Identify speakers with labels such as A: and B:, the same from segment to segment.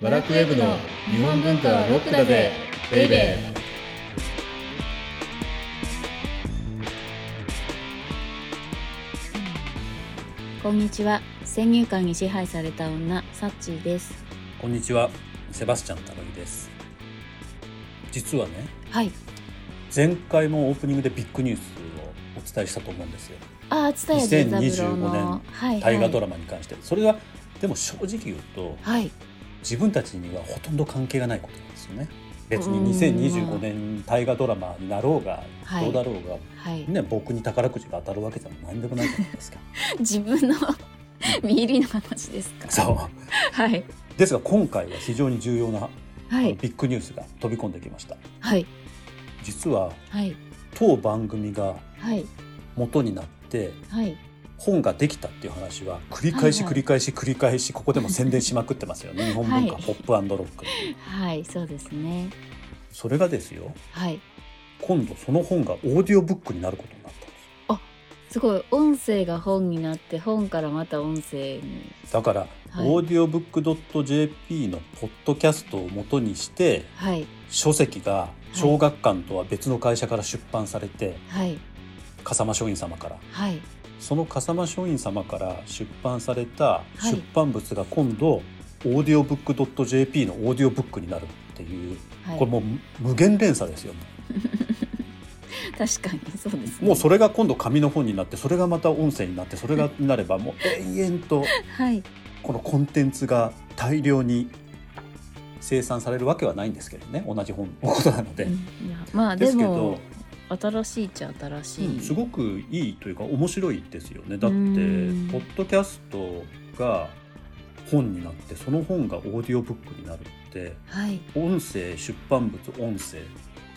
A: ワラクウェブの日本文化はロックだぜベイベー
B: こんにちは先入観に支配された女サッチーです
C: こんにちは、セバスチャン高木です。実はね、
B: はい
C: 前回もオープニングでビッグニュースをお伝えしたと思うんですよ。
B: あー蔦屋善三郎の
C: 2025
B: はいは
C: 大
B: い
C: 河ドラマに関して、それはでも正直言うと、
B: はい
C: 自分たちにはほとんど関係がないことなんですよね。別
B: うん
C: に2025年大河ドラマになろうが、
B: はい
C: どうだろうが、
B: はい、
C: ね、僕に宝くじが当たるわけでも何でもないじゃないですか。
B: 自分の見入りの話ですか
C: そ。
B: はいう
C: ですが今回は非常に重要な
B: はい
C: ビッグニュースが飛び込んできました。
B: はい
C: 実は
B: はい
C: 当番組が
B: はい
C: 元になって
B: はい
C: 本ができたっていう話は繰り返
B: は
C: し
B: いはい
C: 繰り返し繰り返しここでも宣伝しまくってますよね日本文 化
B: はい
C: ポップロック
B: はいそうですね
C: それがですよ
B: はい
C: 今度その本がオーディオブックになることになったんです
B: すごい音声が本になって本からまた音声に
C: だから、
B: はい
C: オーディオブック .jp のポッドキャストを元にして
B: はい
C: 書籍が小学館とは別の会社から出版されて、
B: はい
C: 笠間書院様から
B: はい
C: その笠間書院様から出版された
B: はい
C: 出版物が今度、オーディオブック .jp のオーディオブックになるっていう
B: はい
C: これもう無限連鎖ですよ
B: 確かにそうですね
C: もうそれが今度紙の本になってそれがまた音声になってそれがになればもう延々と
B: はい
C: このコンテンツが大量に生産されるわけはないんですけどね同じ本のことなので
B: うん。いやまあ
C: で
B: です
C: け
B: も
C: ど、
B: 新しいっちゃ新し
C: うん
B: い、
C: すごくいいというか面白いですよねだってポ
B: うん
C: ッドキャストが本になってその本がオーディオブックになるって
B: はい
C: 音声出版物音声っ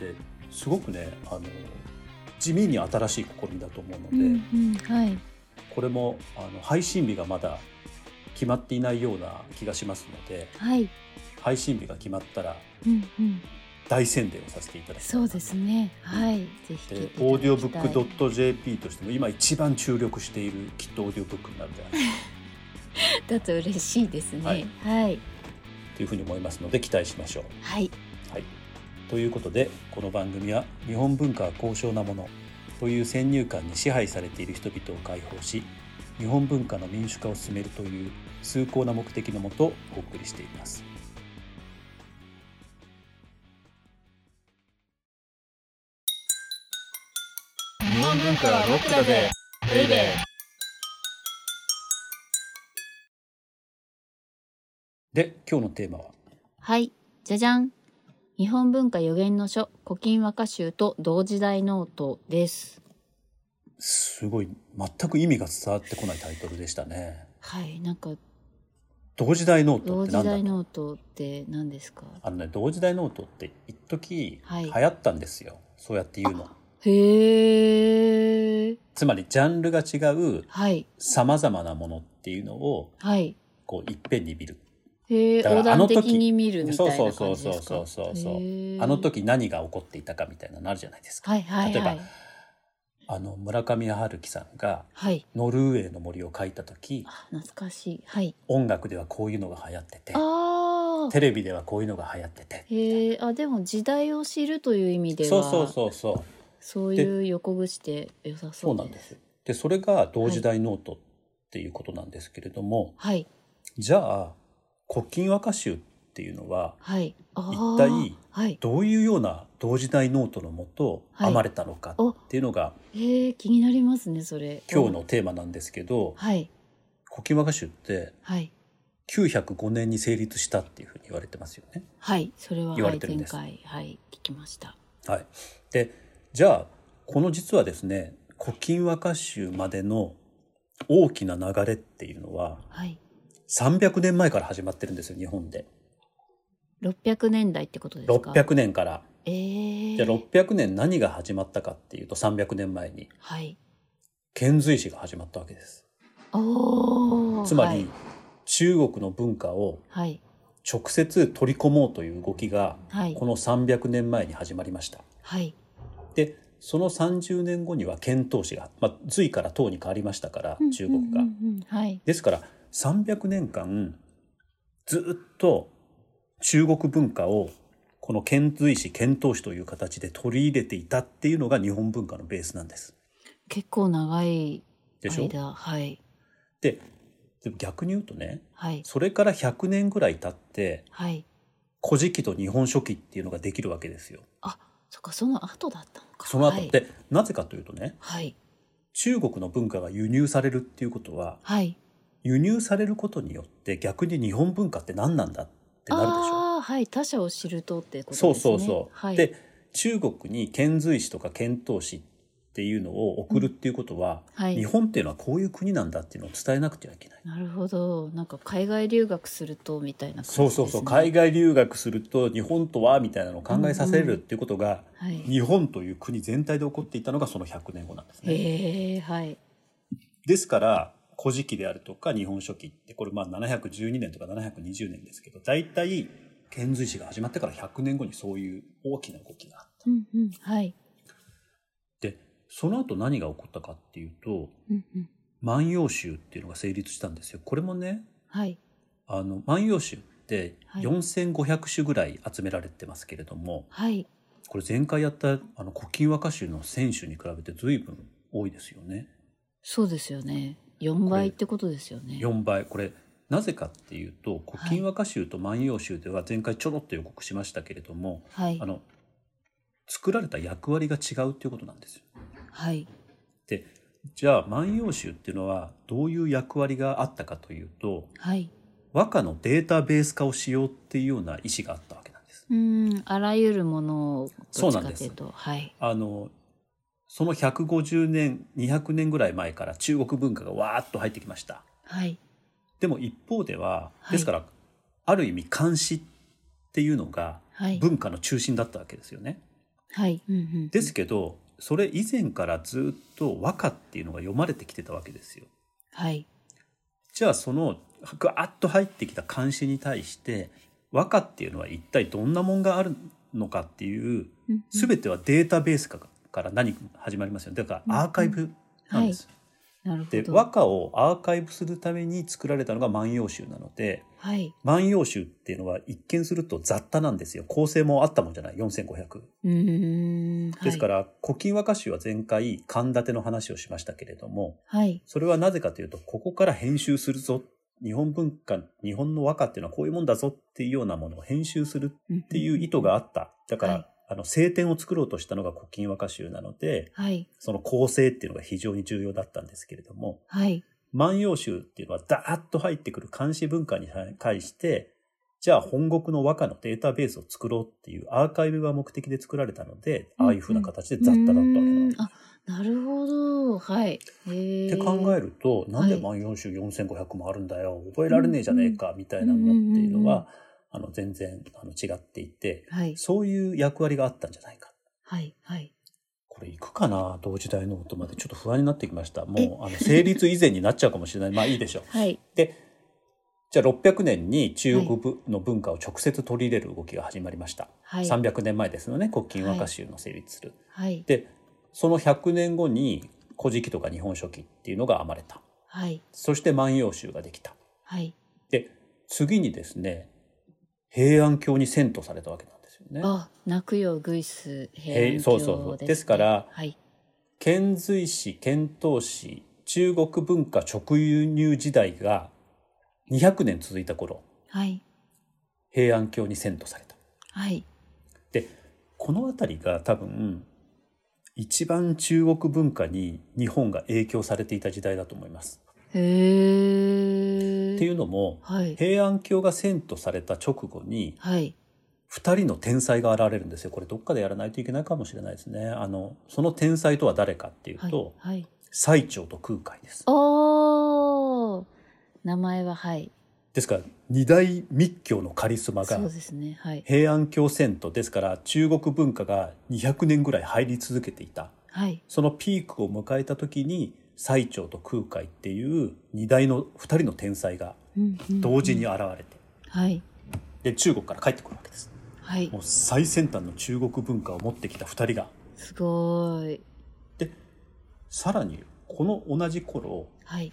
C: てすごくねあの地味に新しい試みだと思うので。
B: うんうん、はい
C: これもあの配信日がまだ決まっていないような気がしますので
B: はい、
C: 配信日が決まったら
B: うんうん、
C: 大宣伝をさせていただきたい
B: そうですねはいぜひ
C: で
B: 聞いてい
C: オーディオブ
B: ただきたい
C: ックドット .jp としても今一番注力しているきっとオーディオブックになるんじゃないか
B: だと嬉しいですねは
C: はいい
B: はい、
C: というふうに思いますので期待しましょう。はい、ということでこの番組は日本文化は高尚なものという先入観に支配されている人々を解放し日本文化の民主化を進めるという崇高な目的のもとお送りしています。
A: 日本文化はロックだぜベイベー
C: で今日のテーマは
B: はいじゃじゃん日本文化予言の書古今和歌集と同時代ノートです
C: すごい全く意味が伝わってこないタイトルでしたね。
B: はいなんか
C: 同時代ノート
B: 同
C: っ
B: 時
C: てなんだ
B: 代ノートって何ですか
C: あのね同時代ノートって一時
B: はい
C: 流行ったんですよ、そうやって言うの。
B: へえ
C: つまりジャンルが違う
B: はい
C: さまざまなものっていうのを
B: はい
C: こういっぺんに見る。
B: へえ
C: だから
B: 横
C: あ
B: 断
C: の時
B: 的に見るみたいな
C: そ
B: 感
C: う
B: じ
C: そう
B: で
C: そう
B: すか
C: そうそうそう
B: へー
C: あの時何が起こっていたかみたいなのあるじゃないですか。
B: はいはいはい
C: 例えばあの村上春樹さんが
B: はい
C: 「ノルウェーの森」を書いた時
B: あ懐かしいはい
C: 音楽ではこういうのが流行ってて
B: ああ
C: テレビではこういうのが流行ってて。
B: へえあでも時代を知るという意味では
C: そうそうそうそう。
B: そういう横口で良さ
C: そ
B: そうう
C: なんです。で、それが同時代ノートっていうことなんですけれども、
B: はい
C: じゃあ、古今和歌集っていうのは、
B: はいあー
C: 一体
B: はい
C: どういうような同時代ノートのもと
B: はい
C: 編まれたのかっていうのが
B: へえ気になりますねそれ
C: 今日のテーマなんですけど、
B: はい
C: 古今和歌集って
B: はい
C: 905年に成立したっていうふうに言われてますよね。
B: はいそれは
C: 言わ
B: はい
C: れてるん
B: 前
C: です
B: 回はい聞きました
C: はい。で、じゃあ、この実はですね、古今和歌集までの大きな流れっていうのは
B: はい
C: 300年前から始まってるんですよ、日本で。
B: 600年代ってことですか
C: 600年から。
B: えー、
C: じゃあ600年何が始まったかっていうと300年前に
B: はい
C: 遣隋使が始まったわけです。
B: おー
C: つま
B: は
C: り
B: い
C: 中国の文化を
B: はい
C: 直接取り込もうという動きが
B: はい
C: この300年前に始まりました。
B: はい
C: で、その30年後には遣唐使が、まあ、隋から唐に変わりましたから中国が
B: うんう。んうんうんはい
C: ですから300年間ずっと中国文化をこの遣隋使遣唐使という形で取り入れていたっていうのが日本文化のベースなんです。
B: 結構長い
C: でしょ
B: 間はい
C: ででも逆に言うとね
B: はい
C: それから100年ぐらい経って
B: はい
C: 「古事記」と「日本書紀」っていうのができるわけですよ。
B: そっかその後だったのか
C: その後
B: は
C: っ
B: い
C: て、なぜかというとね
B: はい
C: 中国の文化が輸入されるっていうことは
B: はい
C: 輸入されることによって逆に日本文化って何なんだってなるでしょ。
B: ああはい他者を知るとってことです
C: そ
B: ね
C: うそうそう。
B: はい、
C: で中国に遣隋使とか遣唐使っていうのを送るっていうことは、
B: はい
C: 日本っていうのはこういう国なんだっていうのを伝えなくてはいけない。
B: なるほどなんか海外留学するとみたいな感じです、
C: そ
B: ね、
C: うそうそう、海外留学すると日本とはみたいなのを考えさせ
B: うんう
C: る
B: ん
C: っていうことが、
B: はい
C: 日本という国全体で起こっていたのがその100年後なんですね。
B: へえはい
C: ですから「古事記」であるとか「日本書紀」ってこれまあ712年とか720年ですけど大体遣隋使が始まってから100年後にそういう大きな動きがあっ
B: うんうんはい
C: てでその後何が起こったかっていうと
B: うんうん
C: 「万葉集」っていうのが成立したんですよ。これもね
B: はい
C: あの万葉集って
B: はい
C: 4,500種ぐらい集められてますけれども、
B: はい
C: これ前回やったあの古今和歌集の選手に比べて随分多いですよね。
B: そうですよね四倍ってことですよね
C: 4倍これなぜかっていうと古今和歌集と万葉集では前回ちょろっと予告しましたけれども、
B: はい
C: あの作られた役割が違うっていうことなんですよ。
B: はい
C: でじゃあ万葉集っていうのはどういう役割があったかというと
B: はい
C: 和歌のデータベース化をしようっていうような意思があったわけなんです。
B: うんあらゆるものをど
C: そう
B: っち
C: なん
B: か
C: です
B: というとはい
C: あのその150年200年ぐらい前から中国文化がわーっと入ってきました。
B: はい
C: でも一方では、
B: はい
C: ですからある意味監視っていうのが
B: はい
C: 文化の中心だったわけですよね。
B: はいうんうん
C: ですけどそれ以前からずっと和歌っていうのが読まれてきてたわけですよ。
B: はい
C: じゃあそのガーッと入ってきた監視に対して和歌っていうのは一体どんなもんがあるのかっていう
B: うんうん
C: 全てはデータベースから何か始まりますよねだからアーカイブなんです。
B: なるほ
C: で
B: ど
C: 和歌をアーカイブするために作られたのが「万葉集」なので。
B: はい
C: 万葉集っていうのは一見すると雑多なんですよ構成もあったもんじゃない4500、
B: うーん
C: ですからら「古今和歌集」は前回神立ての話をしましたけれども
B: はい
C: それはなぜかというとここから編集するぞ日本文化日本の和歌っていうのはこういうもんだぞっていうようなものを編集する
B: っ
C: っていう意図があっただから、
B: はい
C: あの聖典を作ろうとしたのが「古今和歌集」なので
B: はい
C: その構成っていうのが非常に重要だったんですけれども
B: はい
C: 万葉集っていうのはダーッと入ってくる漢詩文化に対して、じゃあ本国の和歌のデータベースを作ろうっていうアーカイブが目的で作られたので、
B: うん
C: ああいうふうな形で雑多だったわけなんで
B: うーん
C: す。
B: あなるほどはい
C: っ
B: へ
C: て考え
B: る
C: ると、なんで万葉集4500もあるんだよ、覚えられねえじゃねえか、みたいなのっていうの
B: うんうん
C: は、あの、全然あの違っていて、
B: はい
C: そういう役割があったんじゃないか。
B: はいはい
C: これいくかな同時代の音までちょっと不安になってきました。もう、あの、成立以前になっちゃうかもしれない。まあいいでしょう。
B: はい
C: でじゃあ600年に中国ぶの文化を直接取り入れる動きが始まりました、
B: はい
C: 300年前ですよね国今和歌集の成立する、
B: はい
C: でその100年後に「古事記」とか「日本書紀」っていうのが編まれた
B: はい
C: そして「万葉集」ができた
B: はい
C: で次にですね平安京に遷都されたわけなんですよね
B: あ泣くよグイス
C: へい
B: 平安
C: そうそうそう
B: 京
C: ですから
B: はい
C: 遣隋使遣唐使中国文化直輸入時代が200年続いた頃
B: はい
C: 平安京に遷都された
B: はい
C: でこの辺りが多分一番中国文化に日本が影響されていた時代だと思います。
B: へ
C: って
B: え
C: いうのも
B: はい
C: 平安京が遷都された直後に
B: はい
C: 2人の天才が現れるんですよこれどっかでやらないといけないかもしれないですね。あのその天才とは誰かっていう
B: はい
C: と、
B: はい
C: 最澄と空海です。
B: おー名前ははい
C: ですから二大密教のカリスマ
B: そ
C: が
B: うですねはい
C: 平安京遷都ですから中国文化が200年ぐらい入り続けていた。
B: はい
C: そのピークを迎えた時に最澄と空海っていう二大の二人の天才が
B: うんうん
C: 同時に現れて、
B: はい
C: で中国から帰ってくるわけです
B: はい
C: もう最先端の中国文化を持ってきた二人が
B: すごーい
C: でさらにこの同じ頃
B: はい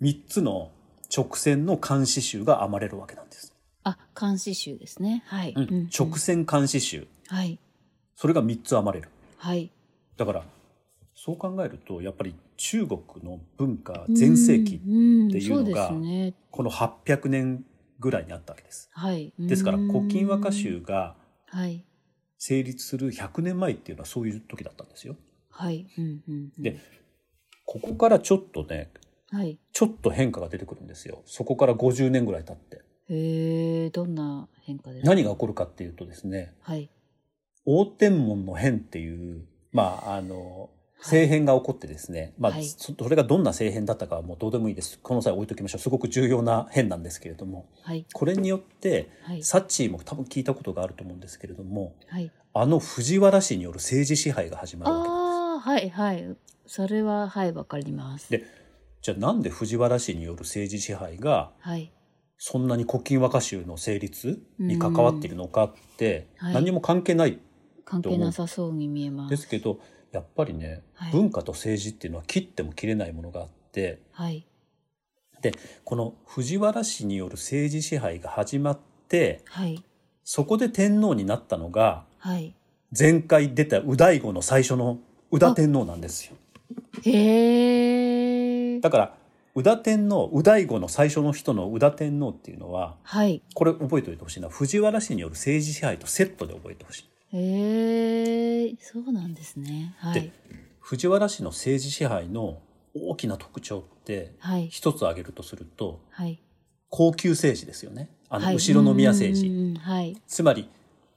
C: 三つの直線の漢詩集が編まれるわけなんです
B: あ、監視集ですね。はい。
C: うん
B: うんうん
C: 直線監視集
B: はい。
C: それが3つ編まれる
B: はい。
C: だからそう考えるとやっぱり中国の文化全盛期
B: って
C: いうのが
B: そうですね。
C: この800年ぐらいにあったわけです
B: はい。
C: ですから
B: うん
C: 「古今和歌集」が
B: はい。
C: 成立する100年前っていうのはそういう時だったんですよ
B: はい。うんうんうん。
C: でここからちょっとね
B: はい。
C: ちょっと変化が出てくるんですよそこから50年ぐらい経って
B: へえ、どんな変化ですか
C: 何が起こるかっていうとですね
B: はい。
C: 応天門の変っていうまああの政変が起こってですね、まあ、
B: はい
C: そそれがどんな政変だったかはもうどうでもいいですこの際置いときましょうすごく重要な変なんですけれども
B: はい。
C: これによって
B: はい。
C: サッチーも多分聞いたことがあると思うんですけれども
B: はい。
C: あの藤原氏による政治支配が始まるわけです。
B: ああ、はいはい。それは、はい、わかります。
C: でじゃあなんで藤原氏による政治支配が
B: はい。
C: そんなに古今和歌集の成立に関わっているのかって
B: うんはい
C: 何にも関係ない
B: 関係なさそうに見えま。
C: ですすけどやっぱりね、
B: はい
C: 文化と政治っていうのは切っても切れないものがあって
B: はい。
C: でこの藤原氏による政治支配が始まって
B: はい。
C: そこで天皇になったのが
B: はい。
C: 前回出た右大後の最初の宇田天皇なんですよ。
B: へえ。
C: だから宇田天皇右大後の最初の人の宇田天皇っていうのは
B: はい。
C: これ覚えておいてほしいな藤原氏による政治支配とセットで覚えてほしい。
B: へえ。そうなんですね。はい
C: で。藤原氏の政治支配の大きな特徴って
B: はい。
C: 一つ挙げるとすると
B: はい。
C: 高級政治ですよねあ
B: は
C: の
B: い
C: 後ろ宮政
B: うん
C: 治
B: うんうんはい。
C: つまり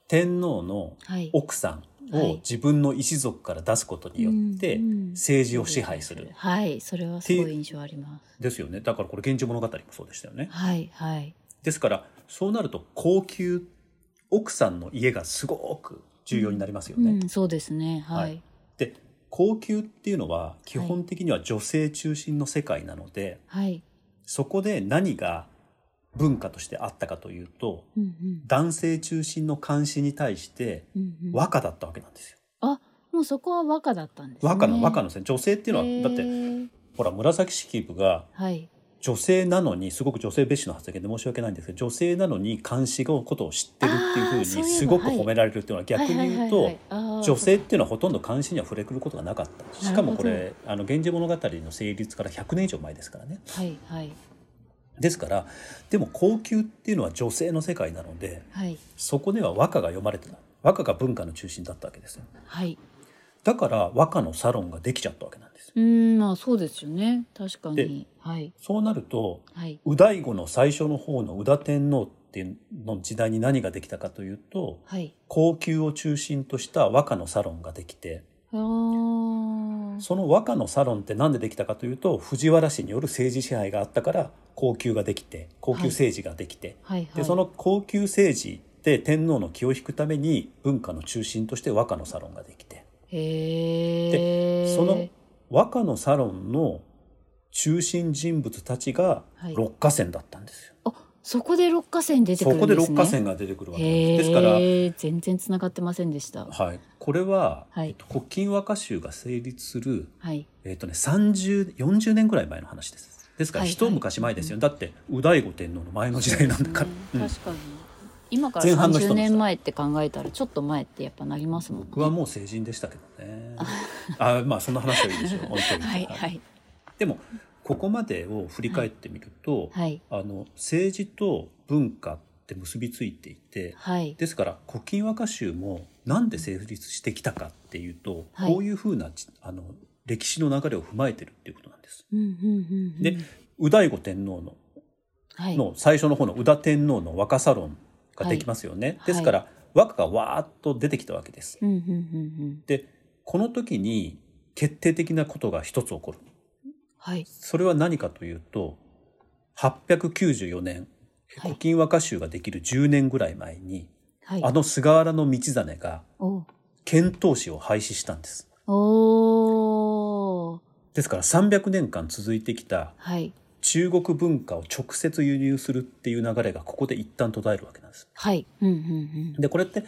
C: 天皇の
B: はい。
C: 奥さん
B: はい
C: を自分の一族から出すことによって
B: うんうん
C: 政治を支配する
B: はい。それはすごい印象あります。
C: ですよねだからこれ「源氏物語」もそうでしたよね
B: はい。はい。
C: ですからそうなると高級奥さんの家がすごく重要になりますよ
B: う
C: ね、
B: ん、そうですね。はい。
C: で高級っていうのは基本的には女性中心の世界なので、
B: はい。
C: そこで何が文化としてあったかというと
B: うんうん
C: 男性中心の監視に対して
B: うんうん。
C: 和歌だったわけなんですよ。
B: あ、もうそこは和歌だったんですね。
C: 和歌の和歌のですね女性っていうのはだって
B: て。
C: ほら紫式部が
B: はい。
C: 女性なのにすごく女性蔑視の発言で申し訳ないんですけど女性なのに監視のことを知ってるっていうふう
B: あーそういえ
C: に
B: ば
C: すごく褒められるっていうのは逆に言う
B: は
C: と
B: いはいはいはい、
C: 女性っていうのはほとんど監視には触れくることがなかったしかもこ
B: な
C: れ「あの源氏物語」の成立から100年以上前ですからね
B: あー。はいはい
C: ですからでも高級っていうのは女性の世界なので
B: はい
C: そこでは和歌が読まれてた和歌が文化の中心だったわけですよ
B: はい。
C: だから和歌のサロンができちゃったわけなんですよ
B: うーん、まあそうですよね。確かに。はい
C: そうなると
B: はい
C: 右大後の最初の方の宇田天皇っていうの時代に何ができたかというと
B: はい。
C: 高級を中心とした和歌のサロンができて
B: ああ。
C: その和歌のサロンって何でできたかというと藤原氏による政治支配があったから高級ができて高級政治ができて、
B: はいはい。
C: でその高級政治で天皇の気を引くために文化の中心として和歌のサロンができて
B: へえ。
C: その和歌のサロンの中心人物たちが
B: はい
C: 六花仙だったんですよ。
B: あ、そこで六花線出てくる
C: そ
B: ん
C: こ
B: です
C: で
B: ね。
C: 六花仙が出てくるわけなん
B: へ
C: で
B: え。
C: す。ですから、
B: 全然繋がってませんでした。
C: はい、これは、
B: はい
C: えっと古今和歌集が成立する、
B: はい。
C: えっとね、30 40年ぐらい前の話です。ですから、
B: はい
C: 一昔前ですよ、だって右大後天皇の前の時代なんだから、う ん
B: 確かに。今から
C: 前半の人
B: 30
C: の
B: 年前って考えたらちょっと前ってやっぱなりますもんね。
C: 僕はもう成人でしたけど ね。あまあそんな話はいいでしょう置いといて
B: はいはい
C: でもここまでを振り返ってみると、
B: はい
C: あの政治と文化って結びついていて
B: はい
C: ですから「古今和歌集」もなんで成立してきたかっていうと、
B: はい
C: こういうふうなじあの歴史の流れを踏まえてるっていうことなんです。
B: うんうんうんうん
C: で右大後天皇の
B: はい
C: の最初の方の宇田天皇の和歌サロンができますよね。
B: はい
C: ですから、和歌がわーっと出てきたわけです。
B: うんうんうんうん
C: でこの時に決定的なことが一つ起こる。
B: はい
C: それは何かというと894年
B: はい
C: 古今和歌集ができる10年ぐらい前に、
B: はい
C: あの菅原道真が
B: お
C: 遣唐使を廃止したんです。
B: おー
C: ですから300年間続いてきた
B: はい
C: 中国文化を直接輸入するっていう流れがここで一旦途絶えるわけなんです。
B: はいうんうんうん
C: でこれって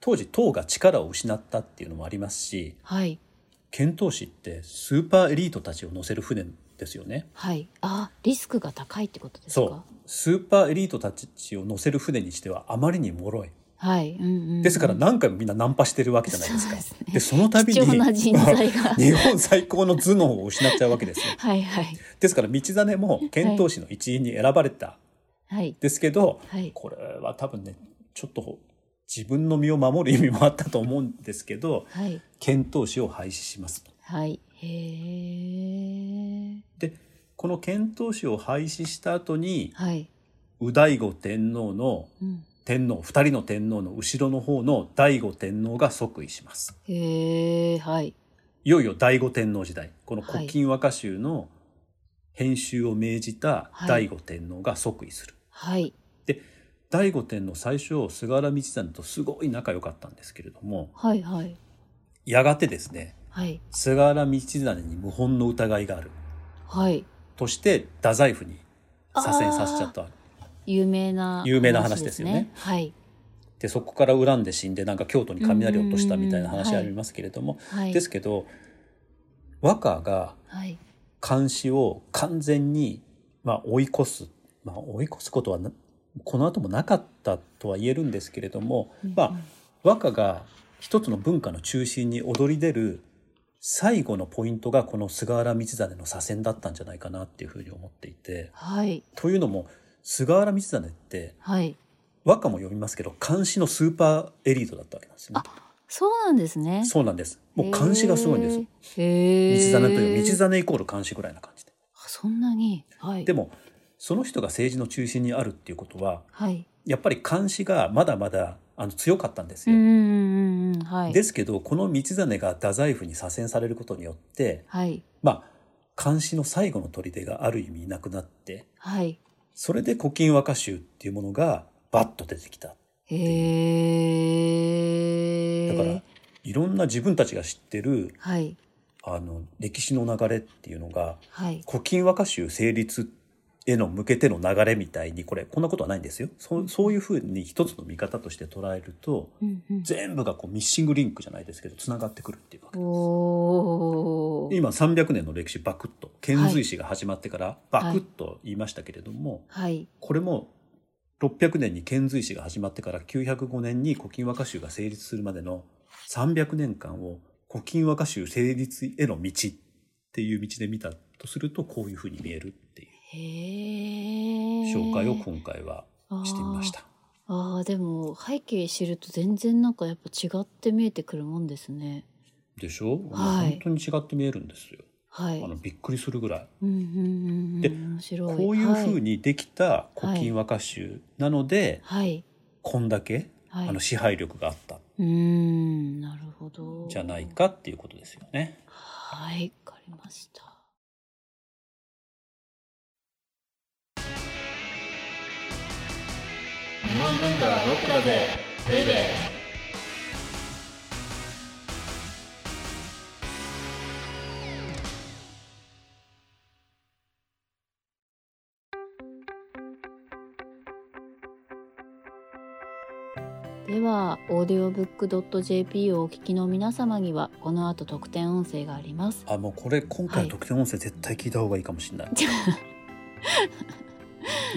C: 当時唐が力を失ったっていうのもありますし
B: はい
C: 遣唐使ってスーパーエリートたちを乗せる船ですよね。
B: はいあリスクが高いってことですか
C: そうスーパーエリートたちを乗せる船にしてはあまりに脆い
B: はい、うんうんうん
C: ですから何回もみんなナンパしてるわけじゃないです
B: そう
C: か。
B: ですね
C: でその度に
B: 貴重な人材が
C: 日本最高の頭脳を失っちゃうわけですよ。
B: はいはい
C: ですから道真も遣唐使の一員に選ばれた
B: はい
C: ですけど、
B: はい
C: これは多分ねちょっと自分の身を守る意味もあったと思うんですけど
B: はい
C: 遣唐使を廃止しますと。
B: はいへえ
C: でこの遣唐使を廃止した後に
B: はい、
C: 右醍醐天皇の
B: うん、
C: 天皇2人の天皇の後ろの方の醍醐天皇が即位します。
B: へえはい
C: いよいよ醍醐天皇時代この「古今和歌集」の編集を命じた
B: はい
C: 醍醐天皇が即位する、
B: はい
C: 醍醐天皇最初菅原道真とすごい仲良かったんですけれども
B: はいはい
C: やがてですね
B: はい
C: 菅原道真に謀反の疑いがある
B: はい
C: として太宰府に左遷させちゃった
B: 有名な
C: 有名な話ですよね
B: はい
C: でそこから恨んで死んでなんか京都に雷落としたみたいな話ありますけれども、
B: はい
C: ですけど和歌が
B: はい
C: 監視を完全に、まあ、追い越す、まあ、追い越すことはなこの後もなかったとは言えるんですけれども、まあ、和歌が一つの文化の中心に躍り出る最後のポイントがこの菅原道真の左遷だったんじゃないかなっていうふうに思っていて。
B: はい
C: というのも菅原道真って
B: はい
C: 和歌も読みますけど漢詩のスーパーエリートだったわけなんですね。
B: そうなんですね
C: そうなんです。もう漢詩がすごいんです。道
B: すへえ
C: 真という道真イコール漢詩ぐらいな感じで。
B: そんなにはい
C: でもその人が政治の中心にあるっていうことは
B: はい
C: やっぱり監視がまだまだあの強かったんです
B: うん
C: よ。
B: うんうんうんはい
C: ですけどこの道真が太宰府に左遷されることによって
B: はい
C: まあ監視の最後の砦がある意味いなくなって
B: はい
C: それで「古今和歌集」っていうものがバッと出てきた。
B: へえ
C: だからいろんな自分たちが知ってる
B: はい
C: あの歴史の流れっていうのが
B: はい
C: 「古今和歌集」成立への向けての流れみたいにこれこんなことはないんですよ。そうそういうふうに一つの見方として捉えると
B: うんうん
C: 全部がこうミッシングリンクじゃないですけどつながってくるっていうわけです。
B: おー
C: 今300年の歴史バクッと遣隋使が始まってからバクッと言いましたけれども、
B: はい
C: これも600年に遣隋使が始まってから905年に古今和歌集が成立するまでの300年間を古今和歌集成立への道っていう道で見たとするとこういうふうに見えるっていう
B: へえ
C: 紹介を今回はしてみました。
B: あーあーでも背景知ると全然なんかやっぱ違って見えてくるもんですね
C: でしょ、
B: はい
C: 本当に違って見えるんですよ。
B: はい
C: あのびっくりするぐらい。
B: うんうんうんうん
C: で
B: 面白い
C: こういうふう
B: に
C: にできた「古今和歌集」なので、
B: はい
C: こんだけ、
B: はい
C: あの支配力があったん
B: うーんなるほど
C: じゃないかっていうことですよね。
B: はいわかりました
A: 日本文化はロックだぜベイベー
B: では audiobook.jp をお聞きの皆様にはこの後特典音声があります
C: あもうこれ今回の特典音声絶対聞いた方がいいかもし れない。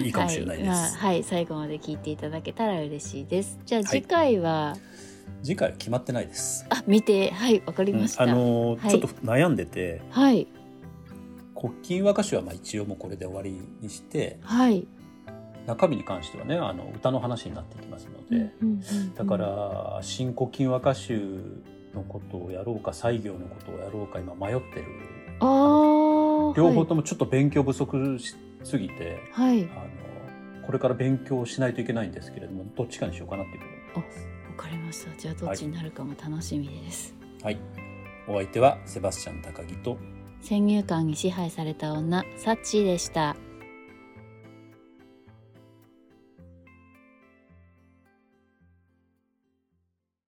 C: い、いかもしれないです。
B: はいまあはい、最後まで聞いていただけたら嬉しいですじゃあ
C: い
B: 次回は、
C: 次回は決まってないです。
B: あ見てはいわかりました、
C: あのー
B: はい
C: ちょっと悩んでて
B: はい
C: 「古今和歌集」はまあ一応もうこれで終わりにして
B: はい、
C: 中身に関してはねあの歌の話になっていきますので。
B: うんうんうん
C: だから「新古今和歌集」のことをやろうか西行のことをやろうか今迷ってる
B: あー
C: 両方ともちょっと勉強不足しすぎて、
B: はい、はい、わ
C: あのこれから勉強しないといけないんですけれどもどっちかにしようかなっていう
B: かりましたじゃあどっちになるかも楽しみです、
C: はいお相手はセバスチャン高木と
B: 先入観に支配された女サッチーでした